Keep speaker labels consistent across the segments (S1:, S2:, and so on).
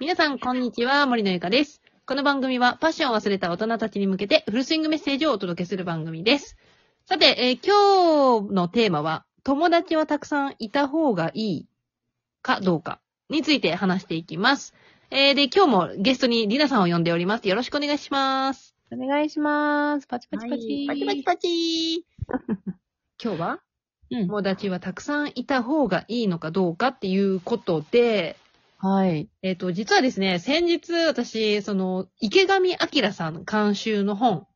S1: 皆さん、こんにちは。森のゆかです。この番組は、パッションを忘れた大人たちに向けて、フルスイングメッセージをお届けする番組です。さて、えー今日のテーマは、友達はたくさんいた方がいいかどうかについて話していきます。えーで、今日もゲストにりなさんを呼んでおります。よろしくお願いします。
S2: お願いします。パチパチパチ。
S1: パチパチパチ 今日は
S2: うん。
S1: 友達はたくさんいた方がいいのかどうかっていうことで、
S2: はい。
S1: えっ、と、実はですね、先日私、その、池上彰さん監修の本、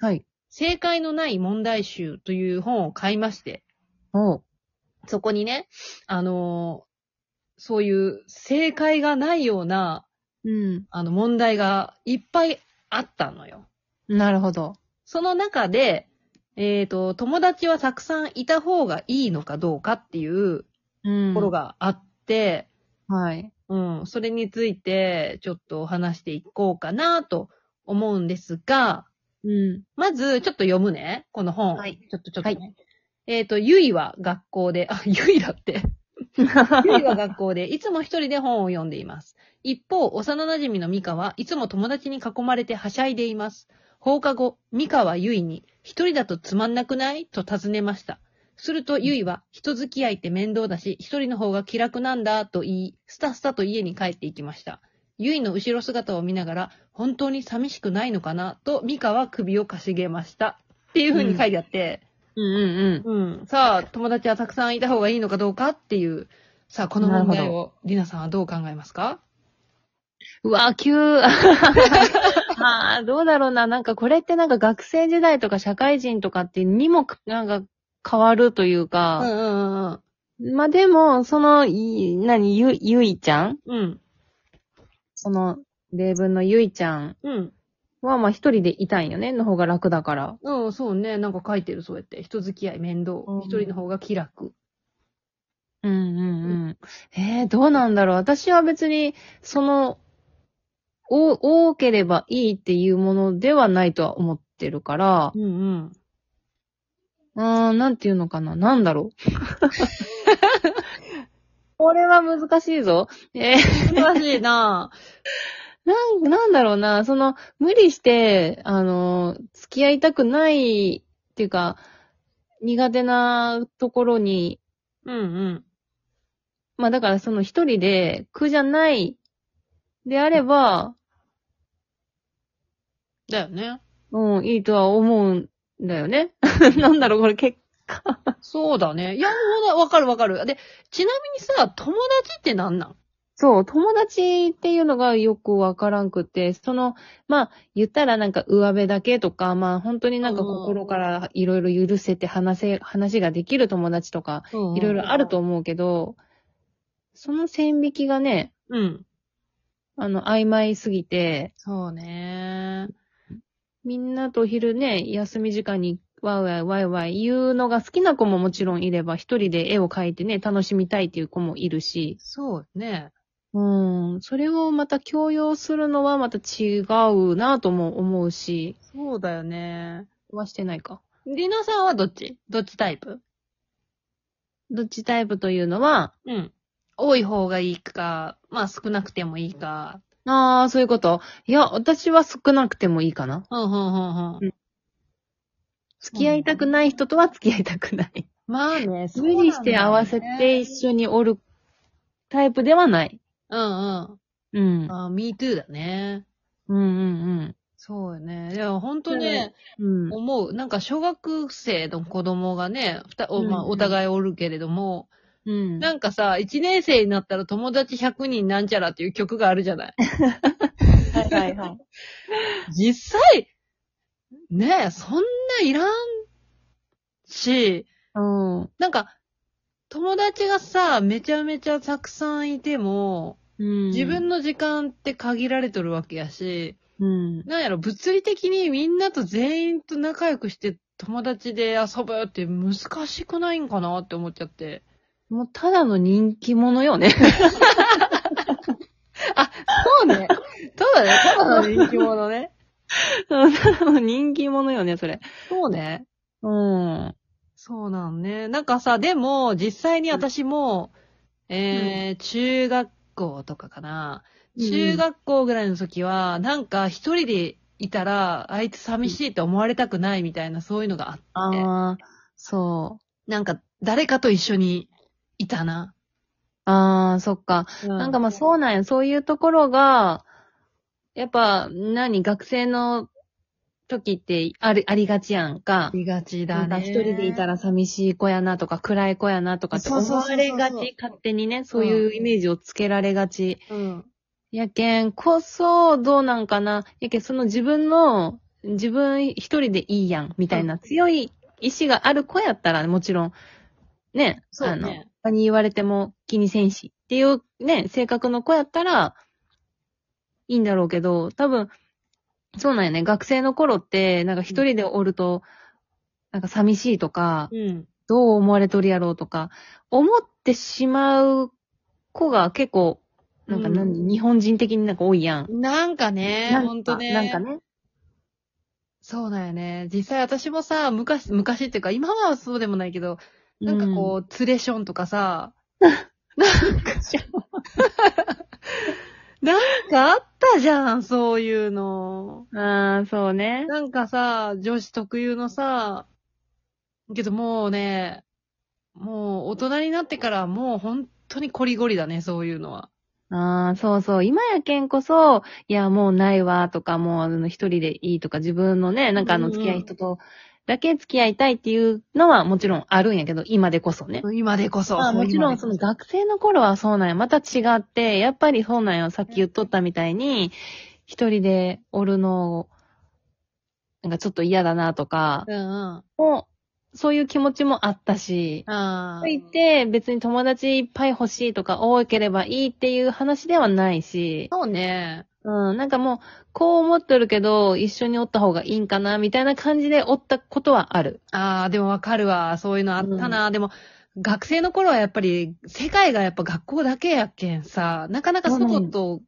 S2: はい。
S1: 正解のない問題集という本を買いまして、
S2: おう。
S1: そこにね、あのーそういう正解がないような、
S2: うん。
S1: あの、問題がいっぱいあったのよ。
S2: なるほど。
S1: その中で、えっ、と、友達はたくさんいた方がいいのかどうかっていう
S2: う
S1: と
S2: ん
S1: ころ。があって、
S2: はい。
S1: うん、それについてちょっと話していこうかなと思うんですが、
S2: うん。
S1: まずちょっと読むね、この本。
S2: はい
S1: ちょっとちょっとね。えっ、と、ゆいは学校で、あ、ゆいだ って。ゆいは学校で、いつも一人で本を読んでいます。一方、幼馴染みのミカはいつも友達に囲まれてはしゃいでいます。放課後、ミカはユイに、一人だとつまんなくないと尋ねました。するとユイは、人付き合いって面倒だし、一人の方が気楽なんだと言い、スタスタと家に帰っていきました。ユイの後ろ姿を見ながら、本当に寂しくないのかなと、ミカは首をかしげました。っていう風に書いてあって、
S2: うんうん
S1: うん。さあ、友達はたくさんいた方がいいのかどうかっていう、さあ、この問
S2: な
S1: 題
S2: るほ
S1: を、りなさんはどう考えますか
S2: うん。うわ、急。 まあ、どうだろうな。なんかこれってなんか学生時代とか社会人とかってにもくなんか変わるという
S1: うん
S2: か。
S1: うん
S2: まあでも、その、い何、ゆ、ゆいちゃん
S1: うん。うん。
S2: その、例文のゆいちゃん
S1: うん。
S2: はまあ一人でいたんよね。の方が楽だから。
S1: うん、そうね。なんか書いてる、そうやって。人付き合い面倒
S2: う。ん
S1: 一、人の方が気楽。
S2: うんうんうん。えー、どうなんだろう。私は別に、その、お、多ければいいっていうものではないとは思ってるから、
S1: うんうん。
S2: うーん、なんていうのかな。なんだろう。これは難しいぞ。えー
S1: 難しいなぁ。
S2: なん、なんだろうな。その、無理して、あの、付き合いたくないっていうか、苦手なところに
S1: うんうん。
S2: まあだからその一人で苦じゃないであれば、
S1: だよね。
S2: うん、いいとは思うんだよね。 なんだろう、これ結果。
S1: そうだね。いや、ほらわかるわかる。で、ちなみにさ、友達ってなんなん
S2: そう、友達っていうのがよくわからんくて、その、まあ、言ったらなんか上辺だけとか、まあ本当になんか
S1: うん
S2: 心からいろいろ許せて話せ、話ができる友達とか、い
S1: い
S2: ろいろあると。思うけど、その線引きがね、
S1: うん。
S2: あの、曖昧すぎて、
S1: そうね。
S2: みんなと昼ね、休み時間にワイワイワイワイ言うのが好きな子ももちろんいれば、一人で絵を描いてね、楽しみたいっていう子もいるし、
S1: そうね。
S2: うん、それをまた強要するのはまた違うなとも思うし、
S1: そうだよね。
S2: はしてないか。
S1: りなさんはどっちどっちタイプ
S2: どっちタイプというのは、
S1: うん。多い方がいいか、まあ少なくてもいいか。
S2: ああ、そういうこと。いや、私は少なくてもいいかな。
S1: うん、うん、うん、うん。
S2: 付き合いたくない人とは付き合いたくない。
S1: まあね、そう
S2: 無理して合わせ
S1: 緒。
S2: て一緒におるタイプではない。
S1: うんうん。
S2: うん。
S1: あ、me too だね。
S2: うんうん
S1: そうよね。いや、ほんとね、
S2: うん。うん。
S1: 思う。なんか小学生の子供がね、ふたおまあ、
S2: うんうん
S1: お互いおるけれども、
S2: うん
S1: なんかさ、1年生になったら友達100人なんちゃらっていう曲があるじゃ ない。
S2: はいはいはい。
S1: 実際、ねえ、そんないらんし、
S2: うん。う
S1: なんか、友達がさ、めちゃめちゃたくさんいても、
S2: ん。
S1: 自分の時間って限られとるわけやし、
S2: うん。
S1: なんやろ、物理的にみんなと全員と仲良くして友達で遊ぶって難しくないんかなって思っちゃって。
S2: もうただの人気者よね。
S1: そうね。そうだね。ただの 人気者ね。
S2: ただの人気者よね、それ。
S1: そうね。
S2: うん。
S1: そうなんね。なんかさ、でも、実際に私も、えー、中学校とかかな。
S2: うん
S1: 中学校ぐらいの時は、なんか一人でいたら、あいつ寂しいって思われたくないみたいな、そういうのがあって、
S2: ああ、そ
S1: なんか誰かと一緒にいたな。
S2: う。ああ、そっか。
S1: な
S2: なん
S1: か
S2: んか
S1: ま
S2: ま
S1: あ
S2: あ
S1: そう、
S2: そうなんや。そういうところが、やっぱ、何、学生の時ってあり、ありがちやんか。
S1: いがち
S2: な
S1: だ
S2: んか
S1: ね。
S2: 一人でいた
S1: ら。
S2: ら寂しい子やなとか、暗い子やなとかって
S1: そう
S2: 思
S1: そうそう
S2: わ
S1: そう
S2: れがち、勝手にね、そういうイメージをつけられがち。
S1: うん。
S2: やけん、こそ、どうなんかな。やけん、その自分の、自分一人でいいやん、みたいな強い意志がある子やったら、もちろん、ね、
S1: そう
S2: あの、
S1: ね。
S2: 他に言われても気にせんしっていうね、性格の子やったら、いいんだろうけど、多分、そうなんよね。学生の頃って、なんか一人でおると、なんか寂しいとか、
S1: うん。
S2: どう思われとるやろうとか、思ってしまう子が結構、なんか何、
S1: うん
S2: 日本人的になんか多いやん。
S1: なんかね、
S2: なんか
S1: ほんとね。
S2: なんかね。
S1: そうだよね。実際私もさ、昔、昔っていうか、今はそうでもないけど、なんかこう、ツレションとかさ、 なんか、なんかあったじゃん、そういうの。
S2: うん。ああ、そうね。
S1: なんかさ、女子特有のさ、けどもうね、もう大人になってからもう本当にコリゴリだね、そういうのは。
S2: ああ、そうそう。今やけんこそ、いや、もうないわ、とか、もう、あの、一人でいいとか、自分のね、なんかあ
S1: う
S2: の、
S1: んうん
S2: 付き合い人とだけ付き合いたいっていうのは、もちろんあるんやけど、今でこそね。
S1: 今でこそ。
S2: まあ、もちろん、その
S1: 学
S2: 学生の頃はそうなんや。また違って、やっぱりそうなんよ。さっき言っとったみたいに、一人でおるの、なんかちょっと嫌だな、とか、
S1: うんうん。あ
S2: もう、そういう気持ちもあったし、
S1: あ
S2: といって、別に友達いっぱい欲しいとか、多ければいいっていう話ではないし、
S1: そうね。
S2: うん、なんかもう、こう思ってるけど、一緒におった方がいいんかな、みたいな感じでおったことはある。
S1: ああ、でもわかるわ。そういうのあったな。でも、学生の頃はやっぱり、世界がやっぱ学校だけやけんさ、なかなか外と、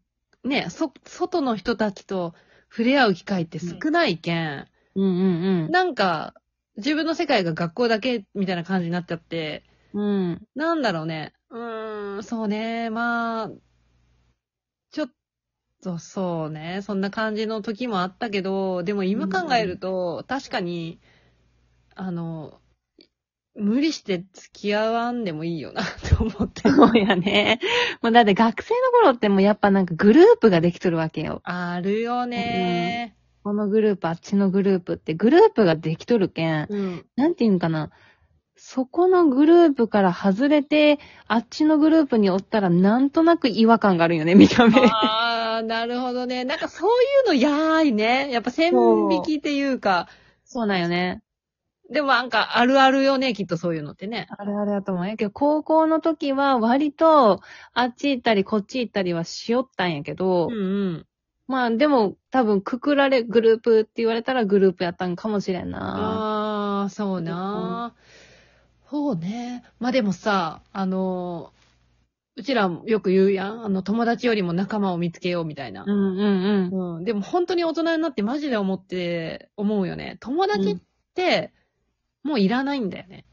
S1: ね、そ、外の人たちと触れ合う機会って少ないけん。
S2: うんうん
S1: なんか、自分の世界が学校だけみたいな感じになっちゃって、
S2: うん。うん。
S1: なんだろうね。うーん、そうね。まあ、ちょっとそうね。そんな感じの時もあったけど、でも今考えると、確かに、あの、無理して付き合わんでもいいよな って思って。
S2: そうやね。もうだって学生の頃ってもうやっぱなんかグループができとるわけよ。
S1: あるよね。
S2: このグループ、あっちのグループってグループができとるけん。
S1: うん。
S2: なんていうんかな。そこのグループから外れて、あっちのグループにおったらなんとなく違和感があるよね、見た目。
S1: ああ、なるほどね。なんかそういうのやーいね。やっぱ線引きっていうか、
S2: そうなんよね。
S1: でもなんかあるあるよね、きっとそういうのってね。
S2: あれあれだと思うんやけど、高校の時は割と、あっち行ったりこっち行ったりはしよったんやけど、
S1: うんうん。
S2: まあでも多分くくられ、グループって言われたらグループやったんかもしれんな。
S1: ああ、そうなー。そうね。まあでもさ、あのー、うちらよく言うやん。あの、友達よりも仲間を見つけようみたいな
S2: う。んうんうん。
S1: うん。でも本当に大人になってマジで思って、思うよね。友達って、もういらないんだよね。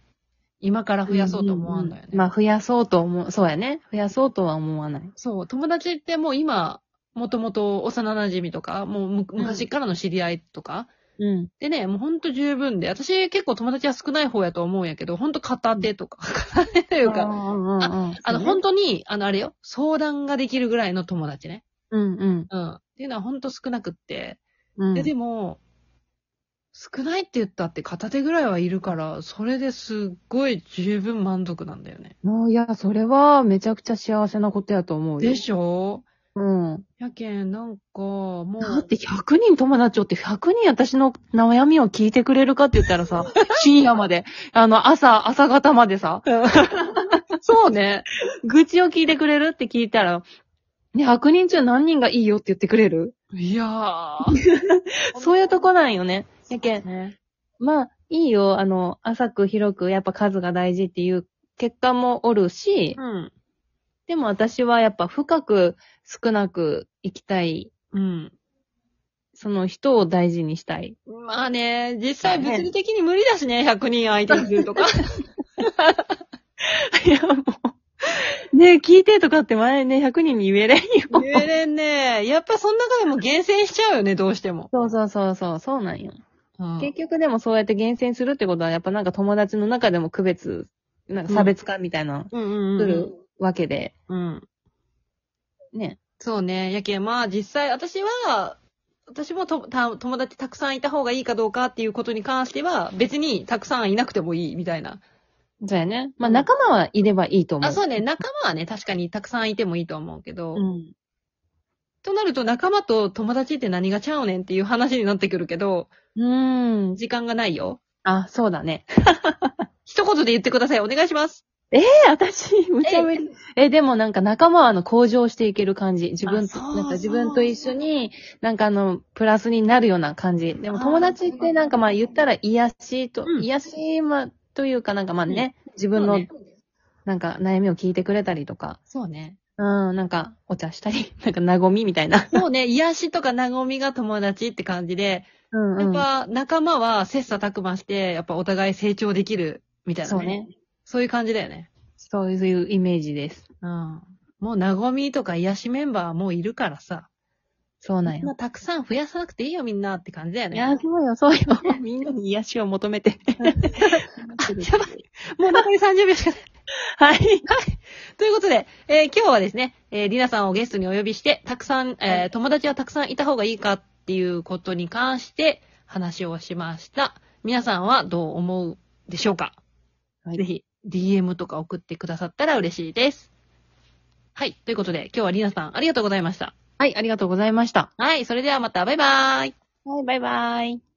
S1: 今から増やそうと思わんのよね。
S2: まあ増やそうと思う、そうやね。増やそうとは思わない。
S1: そう、友達ってもう今、もともと幼馴染とか、もうむ昔からの知り合いとか、
S2: うん。
S1: でね、もうほんと十分で、私結構友達は少ない方やと思うんやけど、ほんと片手とか、 片手という
S2: う
S1: か、
S2: んうんうん、
S1: あの、
S2: そう
S1: 本
S2: ね
S1: 当に、あの、あれよ、相談ができるぐらいの友達ね。
S2: うんうん
S1: うん。っていうのはほんと少なくって。
S2: うん。
S1: で、でも、少ないって言ったって片手ぐらいはいるから、それですっごい十分満足なんだよね。
S2: も、いや、それはめちゃくちゃ幸せなことやと思うよ。
S1: でしょ
S2: うん。
S1: やけん、なんか、もう。
S2: だって100人友達おって100人私の悩みを聞いてくれるかって言った らさ、深夜まで、あの、朝、朝方までさ、
S1: そうね。
S2: 愚痴を聞いてくれるって聞いたら、ね、100人中何人がいいよって言ってくれる
S1: いやー。
S2: そういうとこなんよね。やけん、
S1: ね。
S2: まあ、いいよ、あの、浅く広く、やっぱ数が大事っていう結果もおるし、
S1: うん。
S2: でも私はやっぱ深く少なく生きたい、
S1: うん。
S2: その人を大事にしたい。
S1: まあね、実際物理的に無理だしね、100人相手にするとか。
S2: いや、もう。ねねえ、聞いてとかって前ね、100人に言えれんよ。
S1: 言えれんね。やっぱその中でも厳選しちゃうよね、どうしても。
S2: そうそうそうそう、そうなんよ。
S1: うん
S2: 結局でもそうやって厳選するってことは、やっぱなんか友達の中でも区別、なんか差別化みたいな、
S1: うんうん
S2: するわけで、
S1: うん。うん。
S2: ね。
S1: そうね。やけん、まあ実際私は、私もとた友達たくさんいた方がいいかどうかっていうことに関しては、別にたくさんいなくてもいいみたいな。
S2: そうやね。まあ仲間はいればいいと思う。
S1: あ、そうね。仲間はね、確かにたくさんいてもいいと思うけど、
S2: うん。
S1: となると仲間と友達って何がちゃうねんっていう話になってくるけど、
S2: うん。
S1: 時間がないよ。
S2: あ、そうだね。
S1: 一言で言ってください。お願いします。
S2: え、私、むちゃむちゃ。え、でもなんか仲間はあの、向上していける感じ。自分と、
S1: あそう
S2: なんか自分と一緒に、なんかあの、プラスになるような感じ。でも友達ってなんかまあ言ったら癒しと、
S1: うん
S2: 癒し、まあ、というかなんかまあね、自分
S1: そ
S2: の
S1: うね、
S2: なんか悩みを聞いてくれたりとか、
S1: そうね。
S2: うん、なんかお茶したり、 なんか和みみたいな。
S1: そうね、癒しとか和みが友達って感じで、
S2: うん、
S1: やっぱ仲間は切磋琢磨して、やっぱお互い成長できるみたいな、
S2: そうね。。
S1: そういう感じだよね。
S2: そういうイメージです。
S1: うん。もう和みとか癒しメンバーはもういるからさ。
S2: そうなん
S1: ま
S2: よ。
S1: あ、たくさん増やさなくていいよみんなって感じだよ
S2: い
S1: ね。
S2: や、そうよ、そうよ。 みんなに癒しを求めて。
S1: やばい。もう残り30秒しかない。
S2: はい。
S1: ということで、えー今日はですね、えーリナさんをゲストにお呼びして、たくさん、えー友達はたくさんいた方がいいかっていうことに関して話をしました。皆さんはどう思うでしょうか、
S2: はい
S1: ぜひ DM とか送ってくださったら嬉しいです。はい。ということで、今日はリナさんありがとうございました。
S2: はい、ありがとうございました。
S1: はい。それではまた、バイバーイ。
S2: はい、バイバイ。